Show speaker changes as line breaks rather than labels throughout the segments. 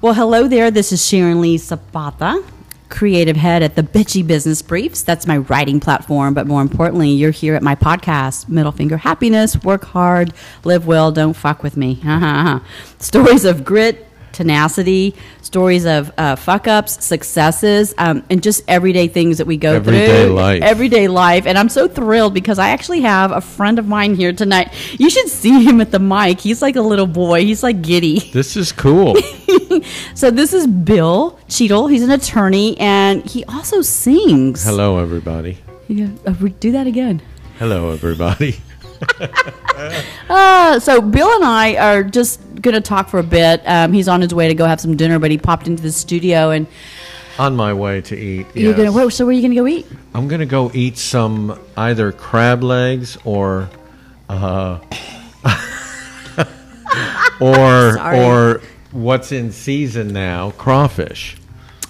Well, hello there. This is Sharon Lee Zapata, creative head at the Bitchy Business Briefs. That's my writing platform, but more importantly, you're here at my podcast, Middle Finger Happiness. Work hard, live well, don't fuck with me. Stories of grit, tenacity, stories of uh, fuck ups, successes, um, and just everyday things that we go
Everyday
through.
life.
Everyday life. And I'm so thrilled because I actually have a friend of mine here tonight. You should see him at the mic. He's like a little boy, he's like giddy.
This is cool.
So this is Bill Cheadle. He's an attorney, and he also sings.
Hello, everybody.
Yeah, uh, re- do that again.
Hello, everybody.
Uh, so Bill and I are just going to talk for a bit. Um, he's on his way to go have some dinner, but he popped into the studio, and
On my way to eat.
you're going
yes.
to. Whoa, so where are you going to go eat?
I'm gonna go eat some either crab legs or, uh, or
Sorry.
or what's in season now? Crawfish.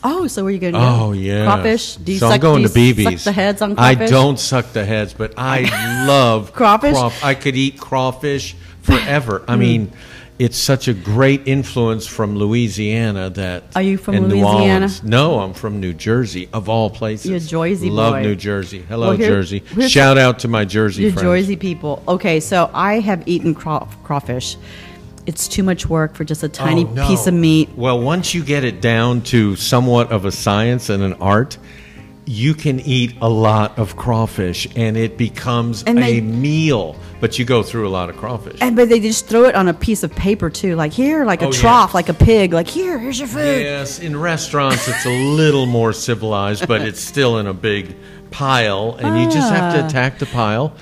Oh, so where are you going to?
Oh yeah,
crawfish. Do you
so
suck,
I'm going
do you
to BB's.
Suck the heads on
I
crawfish.
don't suck the heads, but I love
Crawfish? Hmm.
I could eat crawfish forever. I mean, it's such a great influence from Louisiana that.
Are you from
and New
Louisiana?
Orleans. No, I'm from New Jersey, of all places.
You're a Jersey
Love
boy.
New Jersey. Hello,
Well, here-
Jersey.
here's-
Shout out to my Jersey
You're
friends.
Jersey people. Okay, so I have eaten craw- crawfish. It's too much work for just a tiny
Oh, no.
piece of meat.
Well, once you get it down to somewhat of a science and an art, you can eat a lot of crawfish and it becomes
And
a
they-
meal, but you go through a lot of crawfish.
And but they just throw it on a piece of paper too, like here, like a
Oh, yeah.
trough, like a pig, like here, here's your food.
yes, in restaurants it's a little more civilized, but it's still in a big pile and you just have
Ah.
to attack the pile.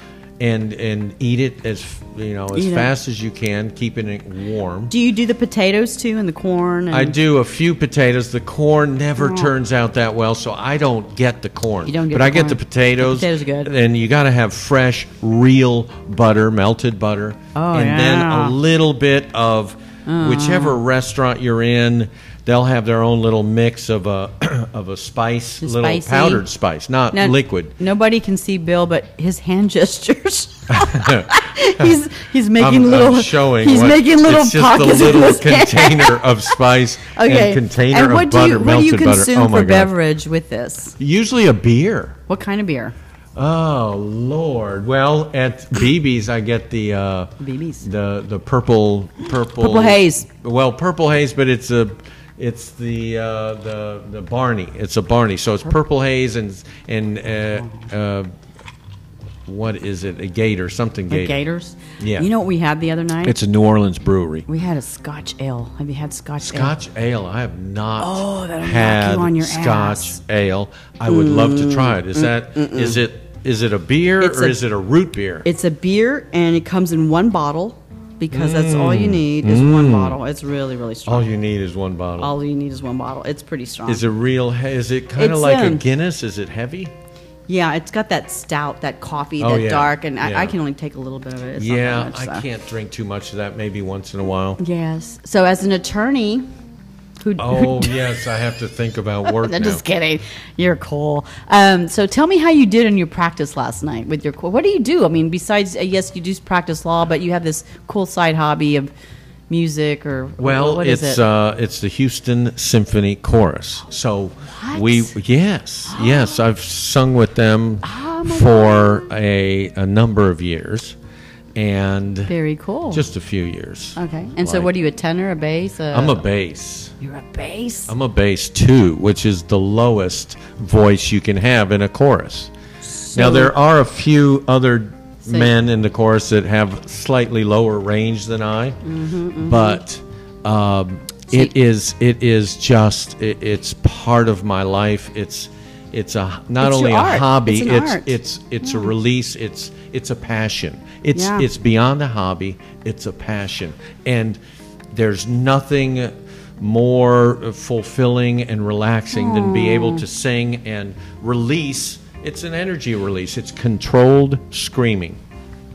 And, and eat it as f- you know as
Eat it.
fast as you can, keeping it warm.
Do you do the potatoes too and the corn? And
I do a few potatoes. The corn never turns out that well, so I don't get the corn.
You don't get
but
the
I get
corn.
the potatoes.
The potatoes are good.
And you got to have fresh, real butter, melted butter,
Oh,
and
yeah. Uh.
then a little bit of whichever restaurant you're in. They'll have their own little mix of a of a spice, little
spicy.
powdered spice, not
Now,
liquid.
Nobody can see Bill, but his hand gestures. he's he's making
I'm, I'm
little
showing.
He's
what-
making little
it's just
pockets
a
in
little
his hand.
container of spice
Okay.
and container
And what
of
do you
butter,
what do you
melted butter.
consume
oh
for
my God.
beverage with this?
Usually a beer.
What kind of beer?
Oh Lord! Well, at BB's I get the uh,
BB's.
the the purple purple
Purple haze.
Well, purple haze, but it's a it's the uh, the the Barney. It's a Barney, so it's purple haze and and uh, uh, what is it? A gator, something gator.
Like Gators.
Yeah.
You know what we had the other night?
It's a New Orleans brewery.
we had a Scotch ale. Have you had Scotch ale?
Scotch ale. I have not
Oh, that'll knock you
had
on your
Scotch
ass. Mm,
ale. I would love to try it. Is that is it is it a beer
It's
or
a-
is it a root beer?
It's a beer and it comes in one bottle because that's all
Mm.
you need is one bottle. It's really, really strong.
All you need is one bottle.
All you need is one bottle. It's pretty strong.
is it real? he- Is it kind of
It's,
like a
um,
Guinness? Is it heavy?
yeah, it's got that stout, that coffee,
Oh,
that
yeah.
dark, and I, I
Yeah.
can only take a little bit of it. It's not that
yeah,
much,
I
so.
can't drink too much of that. Maybe once in a while.
Yes. So as an attorney, who?
Oh yes, I have to think about work now.
I'm just kidding. You're cool. Um, so tell me how you did in your practice last night with your. co- What do you do? I mean, besides uh, yes, you do practice law, but you have this cool side hobby of music or
Well,
what is
it's
it?
Uh, it's the Houston Symphony Chorus. So we yes yes
Oh.
I've sung with them for a a number of years, and
Very cool.
just a few years.
okay. And so,
like-
what are you a tenor, a bass? A,
I'm a bass.
You're a bass.
I'm a bass two, which is the lowest voice you can have in a chorus. now there are a few other men in the chorus that have slightly lower range than I,
Mm-hmm,
but um, it is it is just it, it's part of my life. It's it's a not
It's
only a
your art.
hobby.
It's an
it's
art.
it's it's a release. It's it's a passion. It's
Yeah.
it's beyond a hobby. It's a passion, and there's nothing more fulfilling and relaxing than
Hmm.
be able to sing and release. It's an energy release. It's controlled screaming.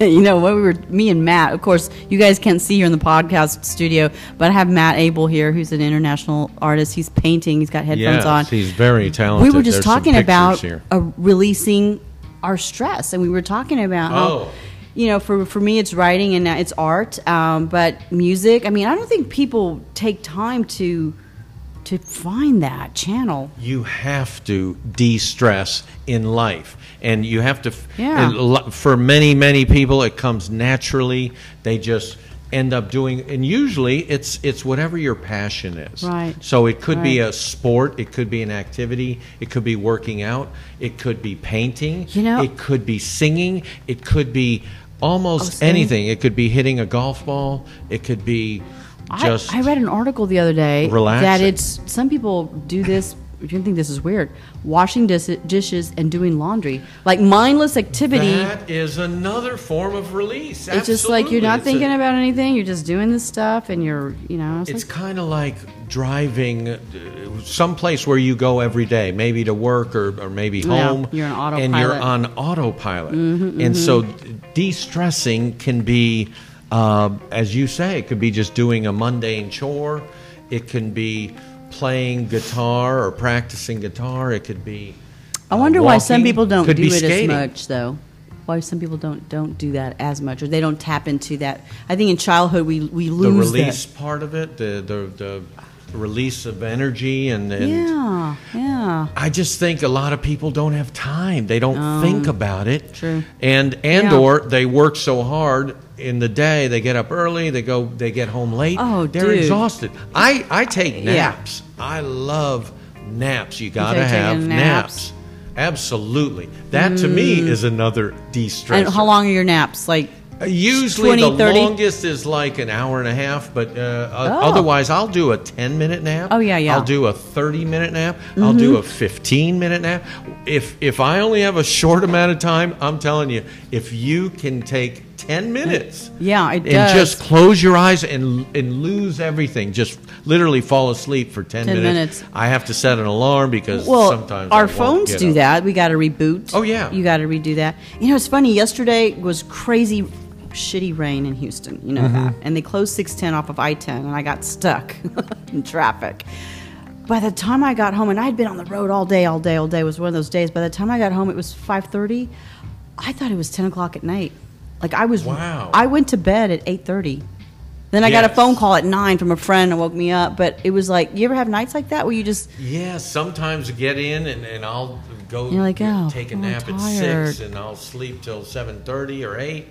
you know what we were me and matt of course you guys can't see here in the podcast studio but i have matt abel here who's an international artist he's painting he's got headphones on
Yes, he's very
we
talented.
were just
There's some
talking
pictures
about
here.
uh releasing our stress and we were talking about how
Oh.
you know, for for me, it's writing and it's art. Um, but music, I mean, I don't think people take time to to find that channel.
you have to de-stress in life and you have to
Yeah.
and lo- for many many people it comes naturally they just end up doing and usually it's it's whatever your passion is
Right.
so it could be
Right.
a sport it could be an activity it could be working out it could be painting
You know-
it could be singing it could be almost
singing.
anything it could be hitting a golf ball it could be just
I, I read an article the other day that
Relaxing.
it's some people do this. You can think this is weird: washing dis- dishes and doing laundry, like mindless activity.
that is another form of release
it's just like you're not
Absolutely. It's a-
thinking about anything. You're just doing this stuff, and you're, you know, it's
It's
like-
kind of like driving uh, someplace where you go every day, maybe to work or, or maybe
Yeah,
home.
you're on
And you're
autopilot. Mm-hmm,
on autopilot. and so de stressing can be, uh, as you say, it could be just doing a mundane chore, it can be playing guitar or practicing guitar, it could be.
I
uh,
wonder why some
walking,
people don't
could
do
be
it
skating.
as much, though. Why some people don't don't do that as much, or they don't tap into that. I think in childhood we we
The
lose
release part of it, the, the, the release of energy and,
that.
and
Yeah, yeah.
I just think a lot of people don't have time. They don't think about it.
Oh. true.
And and
Yeah.
or they work so hard in the day, they get up early, they go they get home late.
Oh,
they're
dude.
exhausted. I I take
Yeah.
naps. I love naps. You got to
take
have
taking
naps.
naps? Mm.
Absolutely. That to me is another de-stressor.
And how long are your naps? Like
Uh, Usually
20,
the
30?
longest is like an hour and a half, but uh, uh,
Oh.
otherwise I'll do a 10 minute nap.
Oh, yeah, Mm-hmm. yeah.
I'll do a 30 minute nap. I'll do a 15 minute nap. If if I only have a short amount of time, I'm telling you, if you can take 10 minutes.
Yeah, it
and
does.
just close your eyes and and lose everything. Just literally fall asleep for
10
10, minutes.
minutes.
I have to set an alarm because
well,
sometimes I
our
won't
phones
get
do
up.
that. We got to reboot.
Oh, yeah.
you got to redo that. You know, it's funny. Yesterday was crazy, shitty rain in Houston. You know that, and they closed six ten off of I ten, and I got stuck in traffic. By the time I got home, and I'd been on the road all day, all day, all day. It was one of those days. By the time I got home, it was five thirty. I thought it was ten o'clock at night. Like I was.
Wow.
I went to bed at eight thirty. Then I got a
Yes.
phone call at nine from a friend and woke me up. But it was like, you ever have nights like that where you just
Yeah, sometimes I get in and, and I'll go
You're like, "Oh,
take a
I'm
nap at
tired."
six and I'll sleep till seven thirty or eight,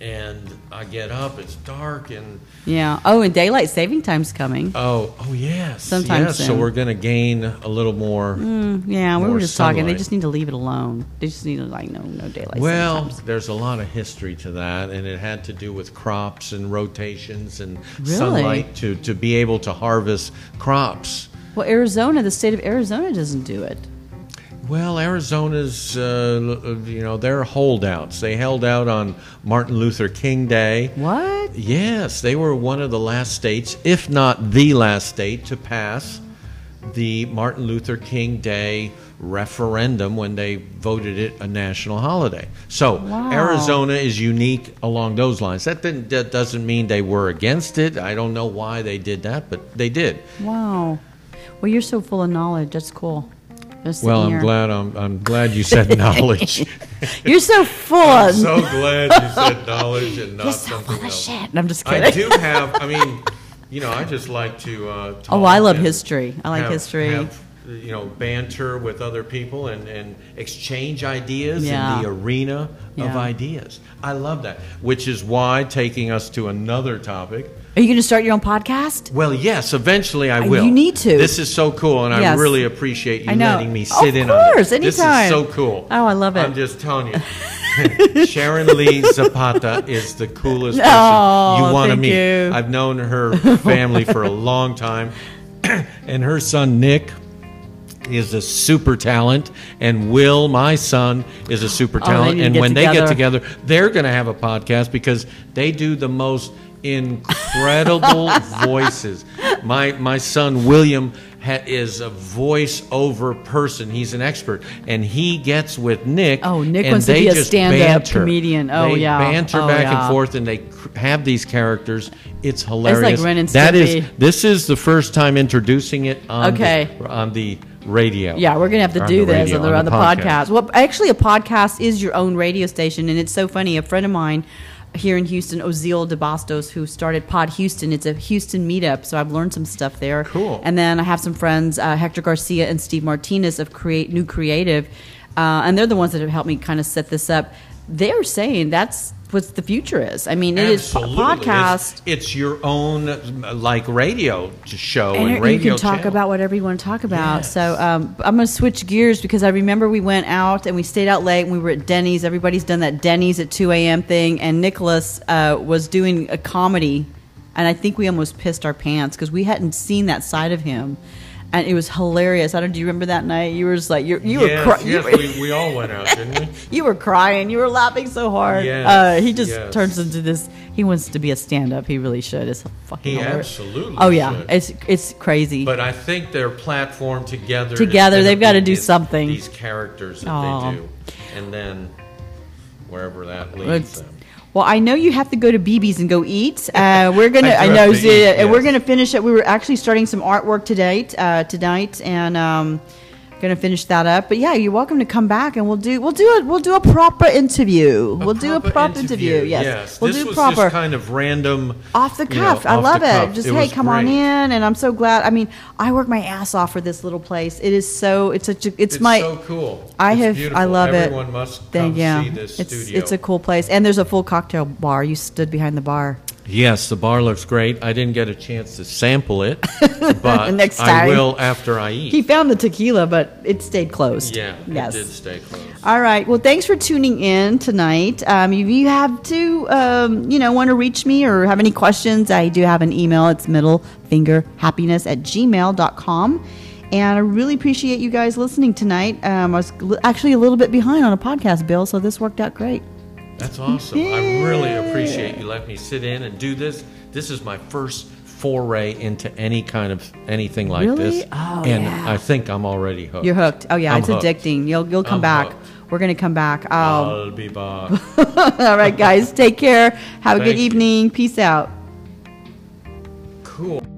and I get up. It's dark and
Yeah. Oh, and daylight saving time's coming.
oh oh yes,
Sometime
yes. So
soon.
we're gonna gain a little more.
Mm. Yeah, we
More
were just talking. They
sunlight.
just need to leave it alone. They just need to like no no daylight.
Well,
saving times.
there's a lot of history to that, and it had to do with crops and rotations and
Really?
sunlight to, to be able to harvest crops.
well, Arizona, the state of Arizona doesn't do it.
Well, Arizona's, uh, l- uh, you know, they're holdouts. They held out on Martin Luther King Day.
What?
Yes, they were one of the last states, if not the last state, to pass the Martin Luther King Day referendum when they voted it a national holiday. So
Wow.
Arizona is unique along those lines. That, didn't, that doesn't mean they were against it. I don't know why they did that, but they did.
Wow. Well, you're so full of knowledge. That's cool. Just
Well,
sitting
I'm
here.
glad I'm, I'm glad you said knowledge.
You're so full. of
so glad you said knowledge and not
You're so
something
full of
else.
shit. I'm just kidding.
I do have. I mean, you know, I just like to. Uh, talk
Oh, I love
and
history. I like
have-
history.
have, you know, banter with other people and, and exchange ideas
Yeah.
in the arena of
Yeah.
ideas. I love that, which is why taking us to another topic.
Are you going to start your own podcast?
Well, yes, eventually I
Uh,
will.
you need to.
This is so cool, and I
Yes.
really appreciate you
I know.
letting me
Of
sit in on
course,
it. This is
anytime.
so cool.
Oh, I love
I'm
it.
just telling you. Sharon Lee Zapata is the coolest person
Oh,
you want to
thank
meet.
you.
I've known her family for a long time, and her son Nick is a super talent, and Will, my son, is a super
Oh, they
talent.
need to
and
get
when they get
together.
together, they're going to have a podcast because they do the most incredible voices. My my son William ha- is a voiceover person. He's an expert, and he gets with Nick.
Oh, Nick
and
wants to
they
be a
just
stand-up
banter.
comedian. Oh,
They
yeah.
banter
Oh,
back and
yeah.
forth, and they cr- have these characters. It's hilarious.
Ren and
That is-
Stimpy.
this is the first time introducing it on
Okay.
the, on the radio.
Yeah, we're gonna have to
Or
do this
radio,
on the, on the podcast. Well, actually, a podcast is your own radio station, and it's so funny. A friend of mine here in Houston, Ozil DeBastos, who started Pod Houston. It's a Houston meetup, so I've learned some stuff there.
Cool.
And then I have some friends, uh, Hector Garcia and Steve Martinez of Create New Creative, uh, and they're the ones that have helped me kind of set this up. They're saying that's what the future is. I mean, it is po-
Absolutely. It's-
podcast.
It's, your own uh, like radio show Oh, and,
and, you
radio
can talk
channel.
about whatever you want to talk about.
Yes.
So um, I'm going to switch gears because I remember we went out and we stayed out late and we were at Denny's. Everybody's done that Denny's at 2 a.m. thing, and Nicholas uh, was doing a comedy, and I think we almost pissed our pants because we hadn't seen that side of him. And it was hilarious. I don't. Do you remember that night? You were just like you. You
yes,
were. Cry-
yes,
you were
we, we all went out, didn't we?
you were crying. You were laughing so hard.
Yes,
uh, he just
yes.
turns into this. He wants to be a stand-up. He really should. It's fucking.
He
hilarious.
absolutely
Oh yeah,
should.
it's it's crazy.
But I think their platform together.
Together,
is gonna
they've gotta
be
do
these-
something.
These characters that
Aw.
they do, and then wherever that leads
It's-
them.
um. well, I know you have to go to BB's and go eat. Uh, we're gonna,
I
I,
do
know,
have to
yeah,
eat,
and we're
yes.
gonna finish it. We were actually starting some artwork today, uh, tonight, and um, gonna finish that up. But yeah, you're welcome to come back, and we'll do, we'll do a, we'll do a proper interview. we'll do a proper interview. Yes, we'll
this
do
was
proper
Just kind of random,
off the
you know,
cuff. I
off the
love it.
cuff.
Just
was
hey, come on
great.
in, and I'm so glad. I mean, I work my ass off for this little place. It is so, it's such a, it's,
It's
my.
so cool.
I
It's
have,
beautiful.
I love it.
Everyone must come
Thank-
see this
it's,
studio.
It's a cool place, and there's a full cocktail bar. You stood behind the bar.
Yes, the bar looks great. I didn't get a chance to sample it, but
Next
I
time.
will after I eat.
He found the tequila, but it stayed closed.
yeah,
Yes.
it did stay close.
All right. Well, thanks for tuning in tonight. Um, if you have to, um, you know, want to reach me or have any questions, I do have an email. It's middlefingerhappiness at gmail.com. And I really appreciate you guys listening tonight. Um, I was li- actually a little bit behind on a podcast, Bill, so this worked out great.
That's awesome. I really appreciate you letting me sit in and do this. This is my first foray into any kind of anything like
Really?
this.
Oh,
and
yeah.
I think I'm already hooked.
You're hooked. Oh, yeah.
I'm
it's
hooked.
addicting. You'll, you'll come
I'm
back.
hooked.
We're going to come back. Um,
I'll be back.
all right, guys. Take care. Have a
Thank
good
you.
evening. Peace out.
cool.